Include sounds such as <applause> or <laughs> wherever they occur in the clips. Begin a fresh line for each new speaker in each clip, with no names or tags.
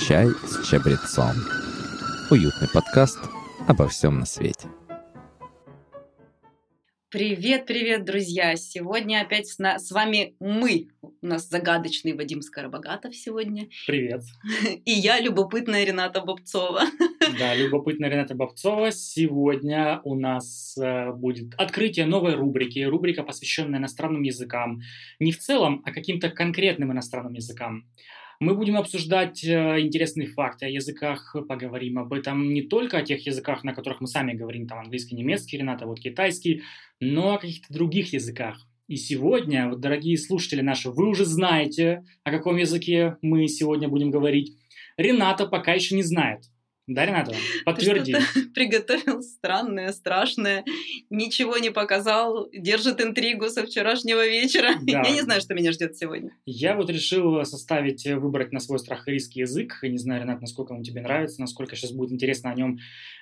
Чай с чабрецом. Уютный подкаст обо всем на свете.
Привет, привет, друзья! Сегодня опять с, на- с вами мы. У нас загадочный Вадим Скоробогатов сегодня.
Привет.
И я, любопытная Рената Бобцова. <laughs>
Да, любопытная Рената Бобцова. Сегодня у нас э, будет открытие новой рубрики. Рубрика, посвященная иностранным языкам. Не в целом, а каким-то конкретным иностранным языкам. Мы будем обсуждать э, интересные факты о языках, поговорим об этом не только о тех языках, на которых мы сами говорим, там английский, немецкий, Рената, вот китайский, но о каких-то других языках. И сегодня, вот, дорогие слушатели наши, вы уже знаете, о каком языке мы сегодня будем говорить. Рената пока еще не знает. Да, Рената? Подтверди.
Ты Приготовил странное, страшное, ничего не показал, держит интригу со вчерашнего вечера. <laughs>
Да.
Я не знаю, что меня ждет сегодня.
Я вот решил составить, э, выбрать на свой страх и риск язык. Я не знаю, Ренат, насколько он тебе нравится, насколько сейчас будет интересно о нем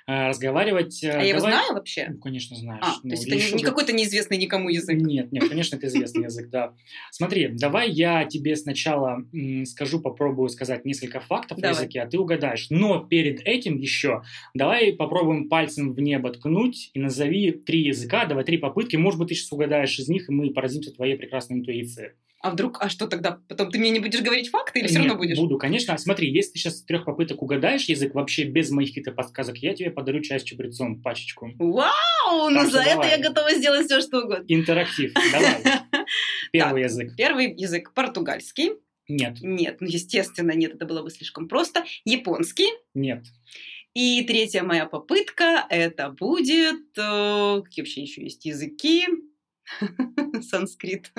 э, разговаривать. Э,
А я его
давай-
знаю вообще?
Ну, конечно, знаешь.
А,
Ну,
то есть это
еще
не, не
бы-
какой-то неизвестный никому язык.
Нет, нет, конечно, это известный язык, да. Смотри, давай я тебе сначала м, скажу, попробую сказать несколько фактов о
Давай.
языке, а ты угадаешь. Но перед этим еще давай попробуем пальцем в небо ткнуть и назови три языка, давай три попытки, может быть, ты сейчас угадаешь из них, и мы поразимся твоей прекрасной интуиции.
А вдруг, а что тогда? Потом ты мне не будешь говорить факты или все
Нет,
равно будешь?
Буду, конечно. А Смотри, если ты сейчас трех попыток угадаешь язык вообще без моих каких-то подсказок, я тебе подарю чай с чабрецом, пачечку.
Вау!
Так
Ну
что
за это
давай.
я готова сделать все, что угодно. <laughs>
Интерактив. Давай. Первый язык.
Первый язык португальский.
Нет,
Нет, ну естественно, нет, это было бы слишком просто. Японский.
нет.
И третья моя попытка это будет. э, какие вообще еще есть языки? <laughs> Санскрит.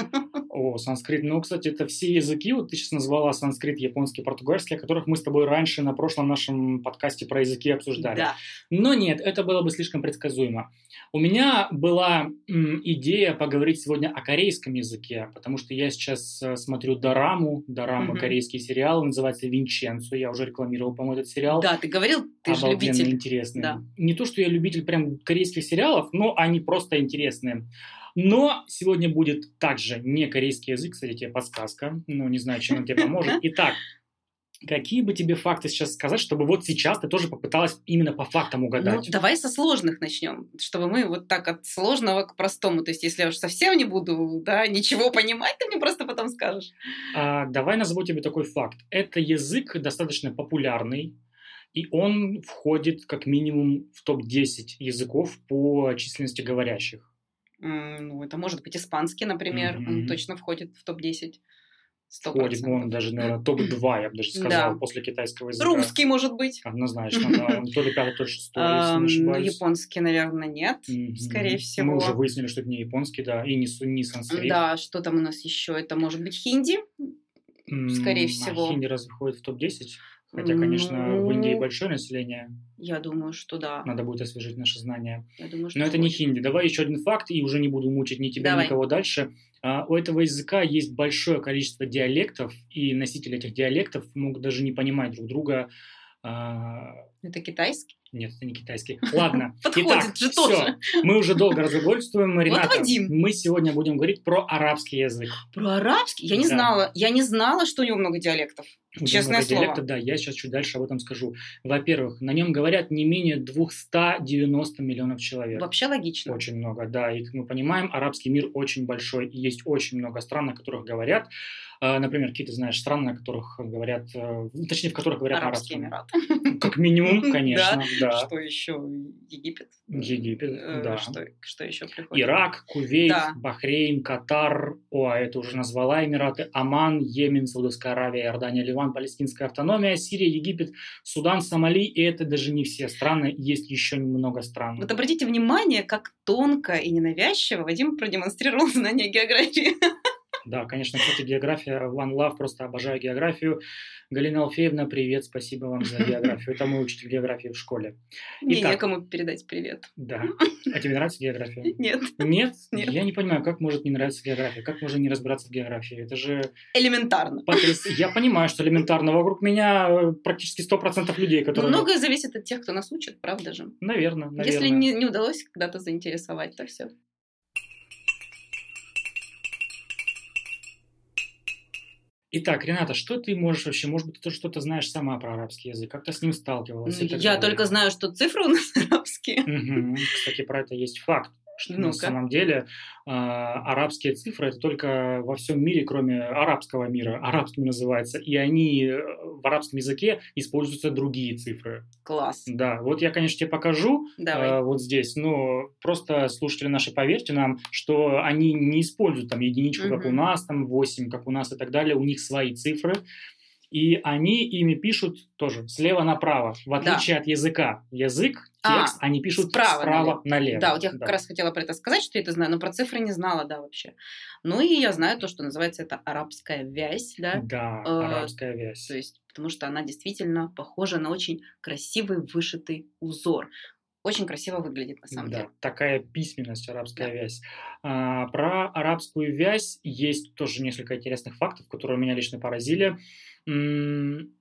О, санскрит. Ну, кстати, это все языки, вот ты сейчас назвала санскрит, японский, португальский, о которых мы с тобой раньше на прошлом нашем подкасте про языки обсуждали.
Да.
Но нет, это было бы слишком предсказуемо. У меня была м, идея поговорить сегодня о корейском языке, потому что я сейчас э, смотрю дораму, дорамы
Мгм.
корейский сериал, он называется «Винченцо», я уже рекламировал, по-моему, этот сериал.
Да, ты говорил, ты же
Обалденно
любитель.
интересный.
Да.
Не то, что я любитель прям корейских сериалов, но они просто интересные. Но сегодня будет также не корейский язык, кстати, тебе подсказка, но не знаю, чем он тебе
<laughs>
поможет. Итак, какие бы тебе факты сейчас сказать, чтобы вот сейчас ты тоже попыталась именно по фактам
Ну,
угадать?
давай со сложных начнем, чтобы мы вот так от сложного к простому. То есть, если я уж совсем не буду, да, ничего понимать, ты мне просто потом скажешь.
А, давай назову тебе такой факт. Это язык достаточно популярный, и он входит как минимум в топ-10 языков по численности говорящих.
М, Ну, это может быть испанский, например, он
Мгм.
точно входит в топ-10. Сто
Входит, он даже, наверное, топ-2, я бы даже сказал,
Да.
после китайского языка.
Русский, может быть.
Однозначно, да. Он то ли пятый, то ли шестой, если
Эм,
не ошибаюсь.
Японский, наверное, нет.
Мгм.
скорее всего.
Мы уже выяснили, что это не японский, да, и не, су- не санскрит.
Да, что там у нас еще? Это может быть хинди?
М,
скорее
а
всего.
Хинди разве входит в топ-10? Хотя,
Ну,
конечно, в Индии большое население,
Я думаю, что да.
надо будет освежить наши знания.
Я думаю, что
Но это не
будет.
хинди. Давай еще один факт, и уже не буду мучить ни тебя,
Давай.
ни никого дальше. А, у этого языка есть большое количество диалектов, и носители этих диалектов могут даже не понимать друг друга. А,
Это китайский?
Нет, это
<laughs>
не китайский. Ладно.
Подходит
Итак,
же
всё.
тоже.
Мы уже долго разглагольствуем, Рената.
Вадим.
Мы сегодня будем говорить про арабский язык.
Про арабский? Я не
Да.
знала. Я не знала, что у него много диалектов.
Будем
Честное
говорить
слово.
диалекта, да, я сейчас чуть дальше об этом скажу. Во-первых, на нем говорят не менее 290 миллионов человек.
Вообще логично.
Очень много, да. И как мы понимаем, арабский мир очень большой, и есть очень много стран, на которых говорят. Э, Например, какие ты знаешь страны, на которых говорят, э, ну, точнее, в которых говорят на
Арабские
арабском.
Эмираты. <laughs>
Как минимум, конечно, да.
Что еще? Египет?
Египет,
Э,
да.
Что, что еще приходит?
Ирак, Кувейт,
Да.
Бахрейн, Катар, о, а это уже назвала Эмираты, Оман, Йемен, Саудовская Аравия, Иордания, Ливан, Палестинская автономия, Сирия, Египет, Судан, Сомали, и это даже не все страны, есть еще немного стран.
Вот обратите внимание, как тонко и ненавязчиво Вадим продемонстрировал <laughs> знание географии.
Да, конечно, кстати, география, one love, просто обожаю географию. Галина Алфеевна, привет, спасибо вам за географию, это мой учитель географии в школе.
Мне
Итак.
некому передать привет.
Да. А тебе нравится география?
<laughs> Нет.
Нет?
Нет.
Я не понимаю, как может не нравиться география, как можно не разбираться в географии, это же...
Элементарно.
Потряс- Я понимаю, что элементарно вокруг меня э, практически 100% людей, которые...
Многое зависит от тех, кто нас учит, правда же?
Наверное, наверное.
Если не, не удалось когда-то заинтересовать, то все.
Итак, Рената, что ты можешь вообще? Может быть, ты что-то знаешь сама про арабский язык? Как ты с ним сталкивалась? и так
Ну, Я
далее?
только знаю, что цифры у нас <laughs> арабские.
Мгм. Кстати, про это есть факт. Что на
Ну-ка.
самом деле э, арабские цифры это только во всем мире, кроме арабского мира, арабским называется, и они э, в арабском языке используются другие цифры.
Класс.
Да, вот я, конечно, тебе покажу
Давай.
э, вот здесь, но просто слушатели наши, поверьте нам, что они не используют там единичку, как у
Мгм.
нас, там 8, как у нас и так далее, у них свои цифры, и они ими пишут тоже слева направо, в
Да.
отличие от языка. Язык,
А,
текст, они пишут
справа
справа, налево.
Да, вот я как раз хотела про это сказать, что я это знаю, но про цифры не знала, да, вообще. Ну и я знаю то, что называется это арабская вязь, да,
Да,
э,
арабская вязь.
то есть, потому что она действительно похожа на очень красивый вышитый узор. Очень красиво выглядит на самом
Да,
деле.
такая письменность, арабская
Да.
вязь. А, про арабскую вязь есть тоже несколько интересных фактов, которые меня лично поразили. М,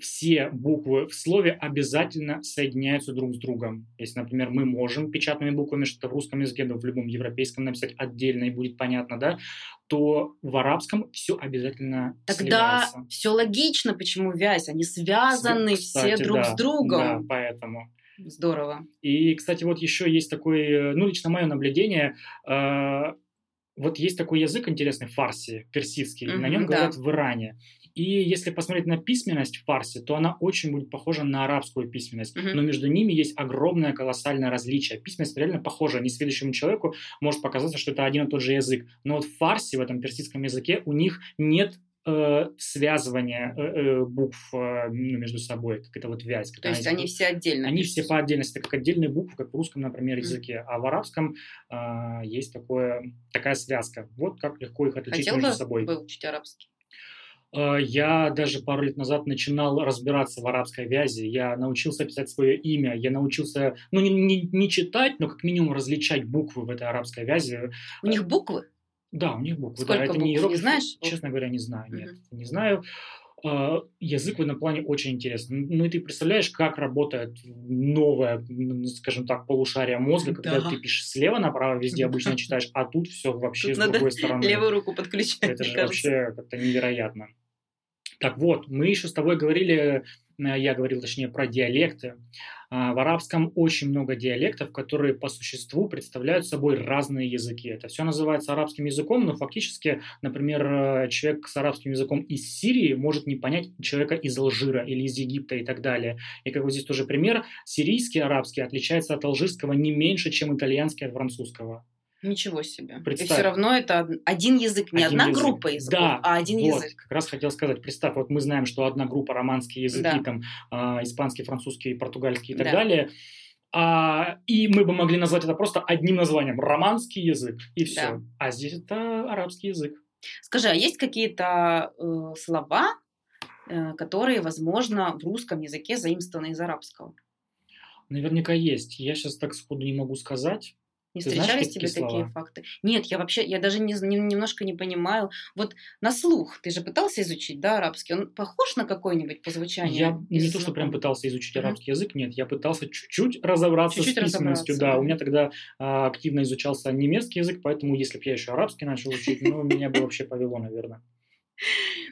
Все буквы в слове обязательно соединяются друг с другом. Если, например, мы можем печатными буквами что-то в русском языке, да в любом европейском написать отдельно и будет понятно, да, то в арабском все обязательно
Тогда
сливается.
все логично, почему вязь, они связаны
Кстати,
все друг
да,
с другом.
Да, поэтому.
Здорово.
И, кстати, вот еще есть такой, э, ну, лично мое наблюдение, э, вот есть такой язык интересный, фарси, персидский, и на
Мгм,
нем
да.
говорят в Иране. И если посмотреть на письменность фарси, то она очень будет похожа на арабскую письменность.
Мгм.
Но между ними есть огромное колоссальное различие. Письменность реально похожа. Несведущему человеку может показаться, что это один и тот же язык. Но вот в фарси, в этом персидском языке, у них нет э, связывания э, э, букв э, ну, между собой, как это вот вязь.
То
когда
есть они все отдельно.
они
пишутся.
все по отдельности, как отдельные буквы, как в русском, например,
Мгм.
языке, а в арабском а, есть такое, такая связка. Вот как легко их отличить
Хотел
между
бы
собой.
выучить арабский.
А, я даже пару лет назад начинал разбираться в арабской вязи. Я научился писать свое имя, я научился, ну, не, не- не читать, но как минимум различать буквы в этой арабской вязи.
У них буквы?
Да, у них буквы. да,
Сколько
это
букв, не
не иероглифы.
знаешь?
Честно говоря, не знаю, нет,
Мгм.
не знаю. А, Язык в этом плане очень интересный. Ну и ты представляешь, как работает новое, ну, скажем так, полушарие мозга, когда
Да.
ты пишешь слева направо,
<laughs>
везде обычно читаешь, а тут все вообще
Тут
с
надо
другой стороны.
Левую руку подключать,
Это
<laughs> мне
же
кажется.
вообще как-то невероятно. Так вот, мы еще с тобой говорили, э, я говорил точнее про диалекты. А, В арабском очень много диалектов, которые по существу представляют собой разные языки. Это все называется арабским языком, но фактически, например, э, человек с арабским языком из Сирии может не понять человека из Алжира или из Египта и так далее. И как вот здесь тоже пример, сирийский арабский отличается от алжирского не меньше, чем итальянский от французского.
Ничего себе. И все
Представь.
равно это од- один язык, не
Один
одна
язык.
группа языков,
Да,
а один
вот,
язык.
как раз хотел сказать, представь, вот мы знаем, что одна группа романские языки,
Да.
там а, испанский, французский, португальский и так
Да.
далее, А, и мы бы могли назвать это просто одним названием романский язык и все.
Да.
А здесь это арабский язык.
Скажи, а есть какие-то э, слова, э, которые, возможно, в русском языке заимствованы из арабского?
Наверняка есть. Я сейчас так сходу не могу сказать.
Не
Ты знаешь
встречались тебе
такие
такие
слова?
факты? Нет, я вообще, я даже не, зн- немножко не понимаю. Вот на слух ты же пытался изучить, да, арабский? Он похож на какой-нибудь по звучанию?
Я не
из
то, что прям
знакомых?
пытался изучить
Мгм.
арабский язык, нет, я пытался чуть-чуть разобраться
Чуть-чуть
с письменностью.
разобраться,
Да,
да.
у меня тогда а, активно изучался немецкий язык, поэтому если бы я еще арабский начал учить, ну, меня бы вообще повело, наверное.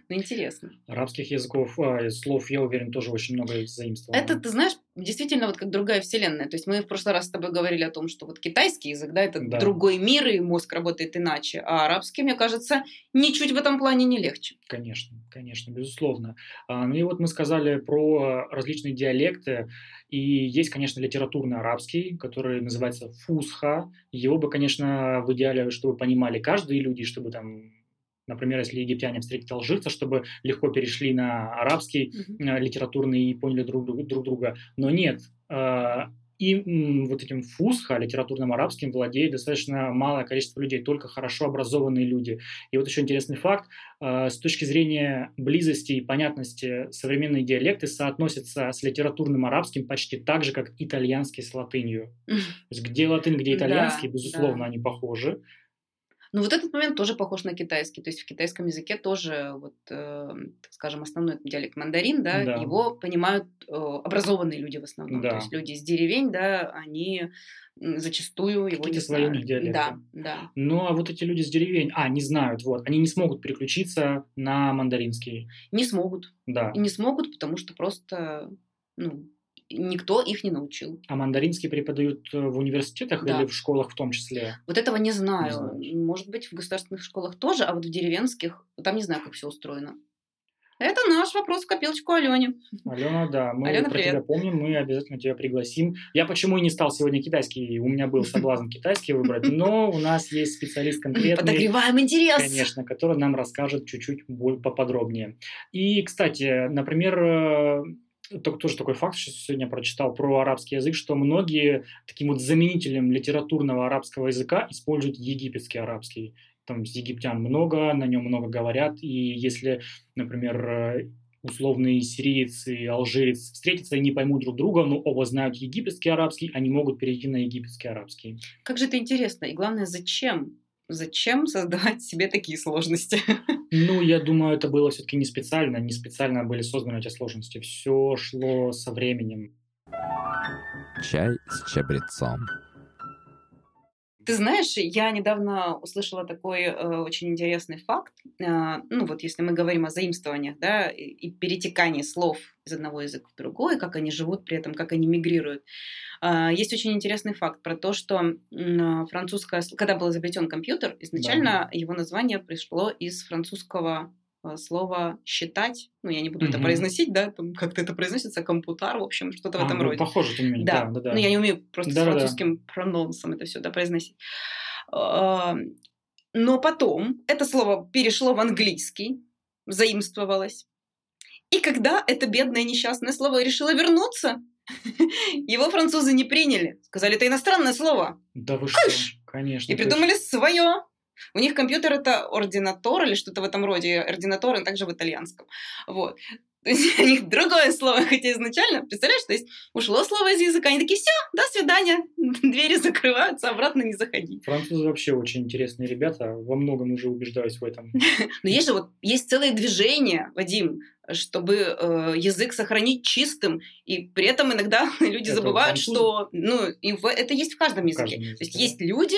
Ну, интересно.
Арабских языков, а, и слов, я уверен, тоже очень много заимствовано.
Это, ты знаешь, действительно вот как другая вселенная. То есть мы в прошлый раз с тобой говорили о том, что вот китайский язык, да, это
Да.
другой мир, и мозг работает иначе. А арабский, мне кажется, ничуть в этом плане не легче.
Конечно, конечно, безусловно. А, Ну и вот мы сказали про э, различные диалекты, и есть, конечно, литературный арабский, который называется фусха. Его бы, конечно, в идеале, чтобы понимали каждые люди, чтобы там, например, если египтяне встретят алжирца, чтобы легко перешли на арабский, э, литературные и поняли друг, друг- друг друга. Но нет, э, и м, вот этим фусха, литературным арабским, владеет достаточно малое количество людей, только хорошо образованные люди. И вот еще интересный факт, э, с точки зрения близости и понятности современные диалекты соотносятся с литературным арабским почти так же, как
<laughs>
итальянский с латынью. То есть где латынь, где
Да,
итальянский,
да.
безусловно, они похожи.
Но Ну, вот этот момент тоже похож на китайский. То есть в китайском языке тоже, вот, э, так скажем, основной диалект мандарин, да,
Да.
его понимают э, образованные люди в основном.
Да.
То есть люди из деревень, да, они м, зачастую его не
Какие-то свои у
знают.
них диалекты.
Да, да.
Ну, а вот эти люди с деревень, а, не знают, вот, они не смогут переключиться на мандаринский,
Не смогут.
да.
И не смогут, потому что просто, ну, никто их не научил.
А мандаринский преподают э, в университетах
Да.
или в школах в том числе?
Вот этого не знаю.
знаешь.
Может быть, в государственных школах тоже, а вот в деревенских, там не знаю, как все устроено. Это наш вопрос в копилочку Алене.
Алена, да, мы
Алена,
про
привет.
тебя помним, мы обязательно тебя пригласим. Я почему и не стал сегодня китайский,
<laughs>
у меня был соблазн китайский выбрать, но у нас есть специалист конкретный,
Подогреваем интерес.
конечно, который нам расскажет чуть-чуть более поподробнее. И, кстати, например, э, только тоже такой факт, что сегодня прочитал про арабский язык, что многие таким вот заменителем литературного арабского языка используют египетский арабский. Там с египтян много, на нем много говорят, и если, например, э, условный сириец и алжирец встретятся и не поймут друг друга, но оба знают египетский арабский, они могут перейти на египетский арабский.
Как же это интересно. И главное, зачем? Зачем создавать себе такие сложности?
Ну, я думаю, это было все-таки не специально, не специально были созданы эти сложности. Все шло со временем.
Чай с чабрецом.
Ты знаешь, я недавно услышала такой э, очень интересный факт. Э, ну вот если мы говорим о заимствованиях, да, и, и перетекании слов из одного языка в другой, как они живут при этом, как они мигрируют. А, Есть очень интересный факт про то, что м, э, французское, сл- когда был изобретен компьютер, изначально его название пришло из французского э, слова считать, ну я не буду это
Мгм.
произносить, да, там как-то это произносится, компутар, в общем, что-то в
А,
этом
ну,
роде.
Похоже, тем не менее.
Да,
Да, да, да.
но я не умею просто с
Да-да-да.
французским прононсом это все да, произносить. А, Но потом это слово перешло в английский, заимствовалось. И когда это бедное несчастное слово решило вернуться, <laughs> его французы не приняли. Сказали, это иностранное слово.
Да вы что? Конечно.
И
ты
придумали свое. У них компьютер это ординатор или что-то в этом роде. Ординатор, он также в итальянском. Вот. <laughs> То есть у них другое слово, хотя изначально, представляешь, то есть ушло слово из языка, они такие, все, до свидания, <laughs> двери закрываются, обратно не заходи.
Французы вообще очень интересные ребята, во многом уже убеждаюсь
<laughs>
в этом.
Но есть же вот, есть целое движение, Вадим, чтобы э, язык сохранить чистым, и при этом иногда <laughs> люди
Это
забывают,
французы?
что, ну, и в- это есть в каждом языке.
каждом
То есть
языке,
есть люди,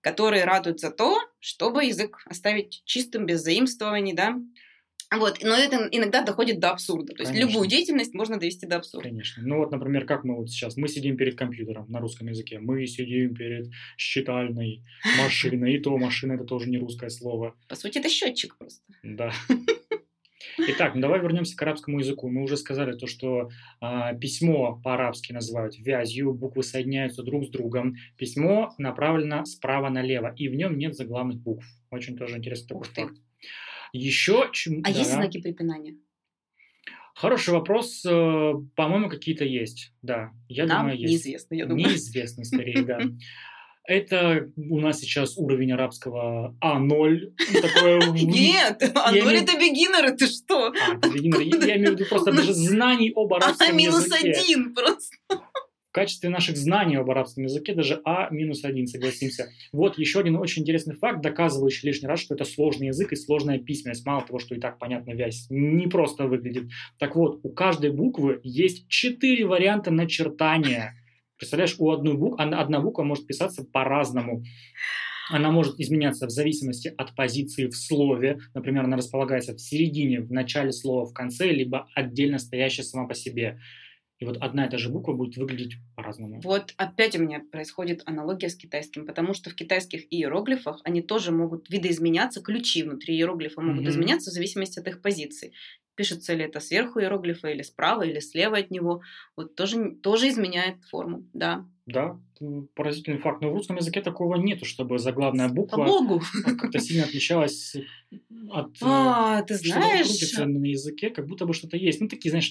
которые радуются то, чтобы язык оставить чистым, без заимствований, да. Вот, но это иногда доходит до абсурда. То есть
Конечно.
любую деятельность можно довести до абсурда.
Конечно. Ну вот, например, как мы вот сейчас, мы сидим перед компьютером на русском языке, мы сидим перед считальной машиной, и то машина это тоже не русское слово.
По сути, это счетчик просто.
Да. Итак, ну давай вернемся к арабскому языку. Мы уже сказали то, что а, письмо по-арабски называют вязью, буквы соединяются друг с другом. Письмо направлено справа налево, и в нем нет заглавных букв. Очень тоже интересный такой
Ух ты.
факт. Еще чему...
А есть
да.
знаки препинания?
Хороший вопрос. э, По-моему, какие-то есть. Да, я
Нам
думаю, есть.
неизвестно, я думаю.
Неизвестный, скорее, да. Это у нас сейчас уровень арабского А0. Такое...
<laughs> Нет, а
Я
ноль
не-
это бегинеры, ты что?
А, это бегинер. Я я имею в виду просто даже знаний об
А
арабском
минус
языке.
один просто.
В качестве наших знаний об арабском языке даже А минус один, согласимся. Вот еще один очень интересный факт, доказывающий лишний раз, что это сложный язык и сложная письменность. Мало того, что и так понятно вязь, не просто выглядит. Так вот, у каждой буквы есть четыре варианта начертания. Представляешь, у одной буквы, одна буква может писаться по-разному. Она может изменяться в зависимости от позиции в слове. Например, она располагается в середине, в начале слова, в конце, либо отдельно стоящая сама по себе. И вот одна и та же буква будет выглядеть по-разному.
Вот опять у меня происходит аналогия с китайским, потому что в китайских иероглифах они тоже могут видоизменяться, ключи внутри иероглифа могут
Мгм.
изменяться в зависимости от их позиций. Пишется ли это сверху иероглифа, или справа, или слева от него, вот тоже, тоже изменяет форму, да.
Да, м, поразительный факт. Но в русском языке такого нету, чтобы заглавная
По
буква э,
богу!
<laughs> как-то сильно отличалась от... э,
А, ты
что-то
знаешь, э
крутится на языке, как будто бы что-то есть. Ну, такие, знаешь,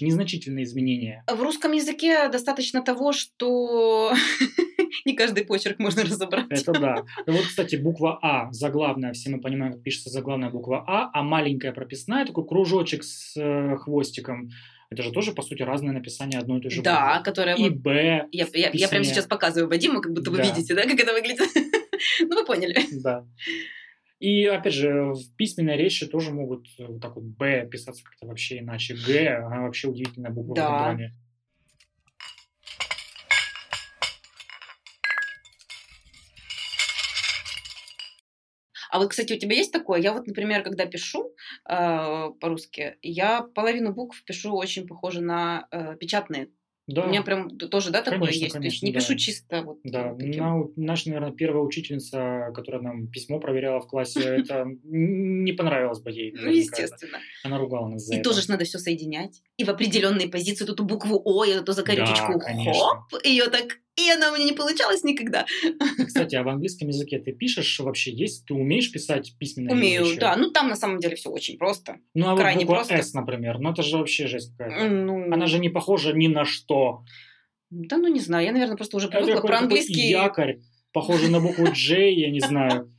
<laughs>
незначительные изменения.
в русском языке достаточно того, что <laughs> не каждый почерк можно разобрать.
Это да. Ну Вот, кстати, буква А, заглавная, все мы понимаем, как пишется заглавная буква А, а маленькая прописная, такой кружочек с э, хвостиком. Это же тоже, по сути, разное написание одной и той же
Да,
буквы.
которая
И
вот
Б,
Я, я, я прямо
Писание.
сейчас показываю Вадиму, <laughs> как будто вы
Да.
видите, да, как это выглядит. Ну, вы поняли.
да. И, опять же, в письменной речи тоже могут э, вот так вот «б» писаться как-то вообще иначе. «Г» — она вообще удивительная буква
Да.
в Брайле.
А вот, кстати, у тебя есть такое? Я вот, например, когда пишу э, по-русски, я половину букв пишу очень похоже на э, печатные.
Да.
У меня прям т- тоже, да, такое
Конечно,
есть. То есть
конечно,
не
да.
пишу чисто вот
Да,
э, таким.
на- наша, наверное, первая учительница, которая нам письмо проверяла в классе,
<laughs>
это н- не понравилось бы ей.
<laughs> Ну,
наверняка.
естественно.
Она ругала нас за
И
это.
тоже ж надо все соединять. И в определенные позиции тут букву О, и эту закорючечку.
конечно.
Хоп! Ее так. И она у меня не получалась никогда.
Кстати, а в английском языке ты пишешь вообще? Есть, ты умеешь писать письменные
Умею,
речи?
да. Ну, там на самом деле все очень просто.
Ну, а вот
крайне
буква
просто.
«С», например, ну это же вообще жесть какая-то.
Ну,
Она же не похожа ни на что.
Да, ну не знаю. Я, наверное, просто уже
Это
привыкла
какой-то
про
такой
английский.
якорь, похожий на букву «J», я не знаю.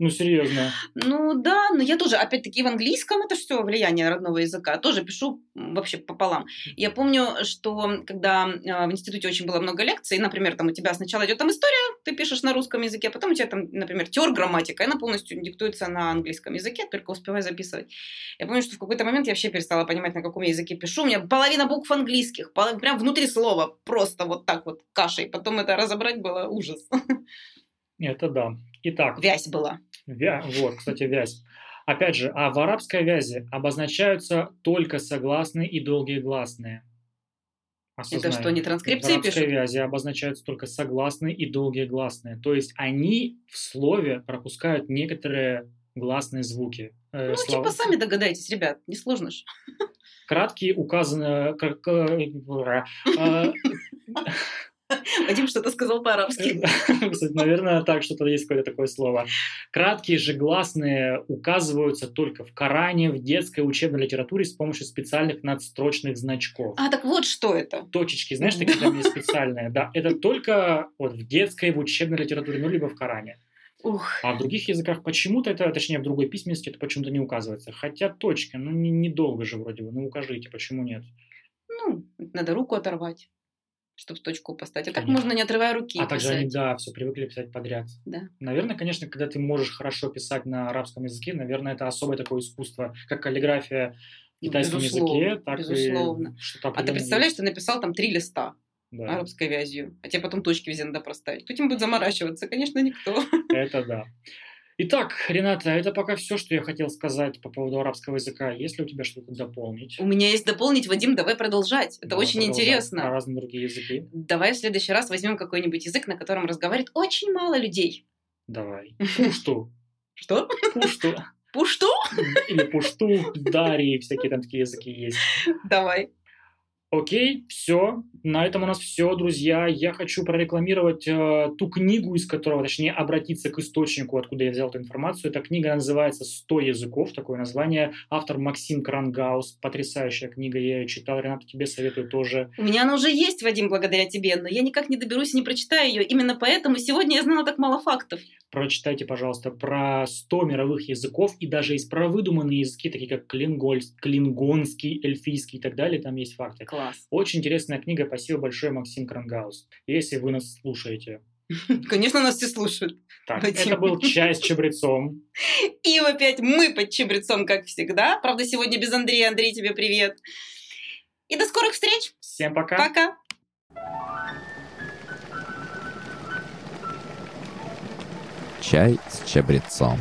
Ну, серьезно.
Ну да, но я тоже, опять-таки, в английском это все влияние родного языка. Тоже пишу м, вообще пополам. Я помню, что когда э, в институте очень было много лекций, например, там у тебя сначала идет там история, ты пишешь на русском языке, а потом у тебя там, например, теор грамматика, и она полностью диктуется на английском языке, только успевай записывать. Я помню, что в какой-то момент я вообще перестала понимать, на каком я языке пишу. У меня половина букв английских, пол- прям внутри слова, просто вот так вот кашей. Потом это разобрать было ужас.
Это да. Итак,
Вязь была.
Вя- Вот, кстати, вязь. Опять же, а в арабской вязи обозначаются только согласные и долгие гласные. Осознай.
Это что, не транскрипции
В арабской
пишут?
вязи обозначаются только согласные и долгие гласные. То есть они в слове пропускают некоторые гласные звуки. Э,
Ну,
слова-
типа, сами догадайтесь, ребят, несложно ж. <laughs>
Краткие указаны... как, э, э,
Вадим что-то сказал по-арабски.
Э, <laughs> Кстати, Наверное, так что-то есть какое-то такое слово. Краткие же гласные указываются только в Коране, в детской учебной литературе с помощью специальных надстрочных значков.
А, так вот что это.
Точечки, знаешь, такие там есть специальные, да. Это только вот в детской, в учебной литературе, ну, либо в Коране.
Ух,
А в других языках почему-то это, точнее, в другой письменности это почему-то не указывается. Хотя точка, ну, не- недолго же вроде бы, ну, укажите, почему нет.
ну, надо руку оторвать, чтобы точку поставить. А как
Конечно.
можно, не отрывая руки,
А также они,
писать?
да, все привыкли писать подряд.
Да.
Наверное, конечно, когда ты можешь хорошо писать на арабском языке, наверное, это особое такое искусство, как каллиграфия в
Ну,
китайском
безусловно,
языке, так
безусловно.
и что-то
А ты
определенное
представляешь,
есть.
ты написал там три листа
Да,
<laughs> арабской вязью, а тебе потом точки везде надо проставить. Кто этим будет заморачиваться? Конечно, никто.
<laughs> это да. Итак, Рената, это пока все, что я хотел сказать по поводу арабского языка. Есть ли у тебя что-то дополнить?
У меня есть дополнить, Вадим, давай продолжать. Это
Да,
очень
продолжай. Про
интересно.
разные другие языки.
Давай в следующий раз возьмем какой-нибудь язык, на котором разговаривает очень мало людей. <laughs>
Давай. Пушту.
Что?
Пушту.
Пушту?
Или пушту, дари, всякие там такие языки есть.
Давай.
Окей, все. На этом у нас все, друзья. Я хочу прорекламировать э, ту книгу, из которого, точнее, обратиться к источнику, откуда я взял эту информацию. Эта книга называется «100 языков», такое название. Автор Максим Крангаус. Потрясающая книга, я ее читал. Ренат, тебе советую тоже.
У меня она уже есть, Вадим, благодаря тебе, но я никак не доберусь и не прочитаю ее. Именно поэтому сегодня я знала так мало фактов.
Прочитайте, пожалуйста, про 100 мировых языков и даже есть про выдуманные языки, такие как клинголь- клингонский, эльфийский и так далее. Там есть факты.
Класс.
Очень интересная книга. Спасибо большое, Максим Крангаус. Если вы нас слушаете.
Конечно, нас все слушают.
Так,
Вадим.
это был чай с чабрецом.
И опять мы под чебрецом, как всегда. Правда, сегодня без Андрея. Андрей, тебе привет. И до скорых встреч.
Всем пока.
Пока.
Чай с чабрецом.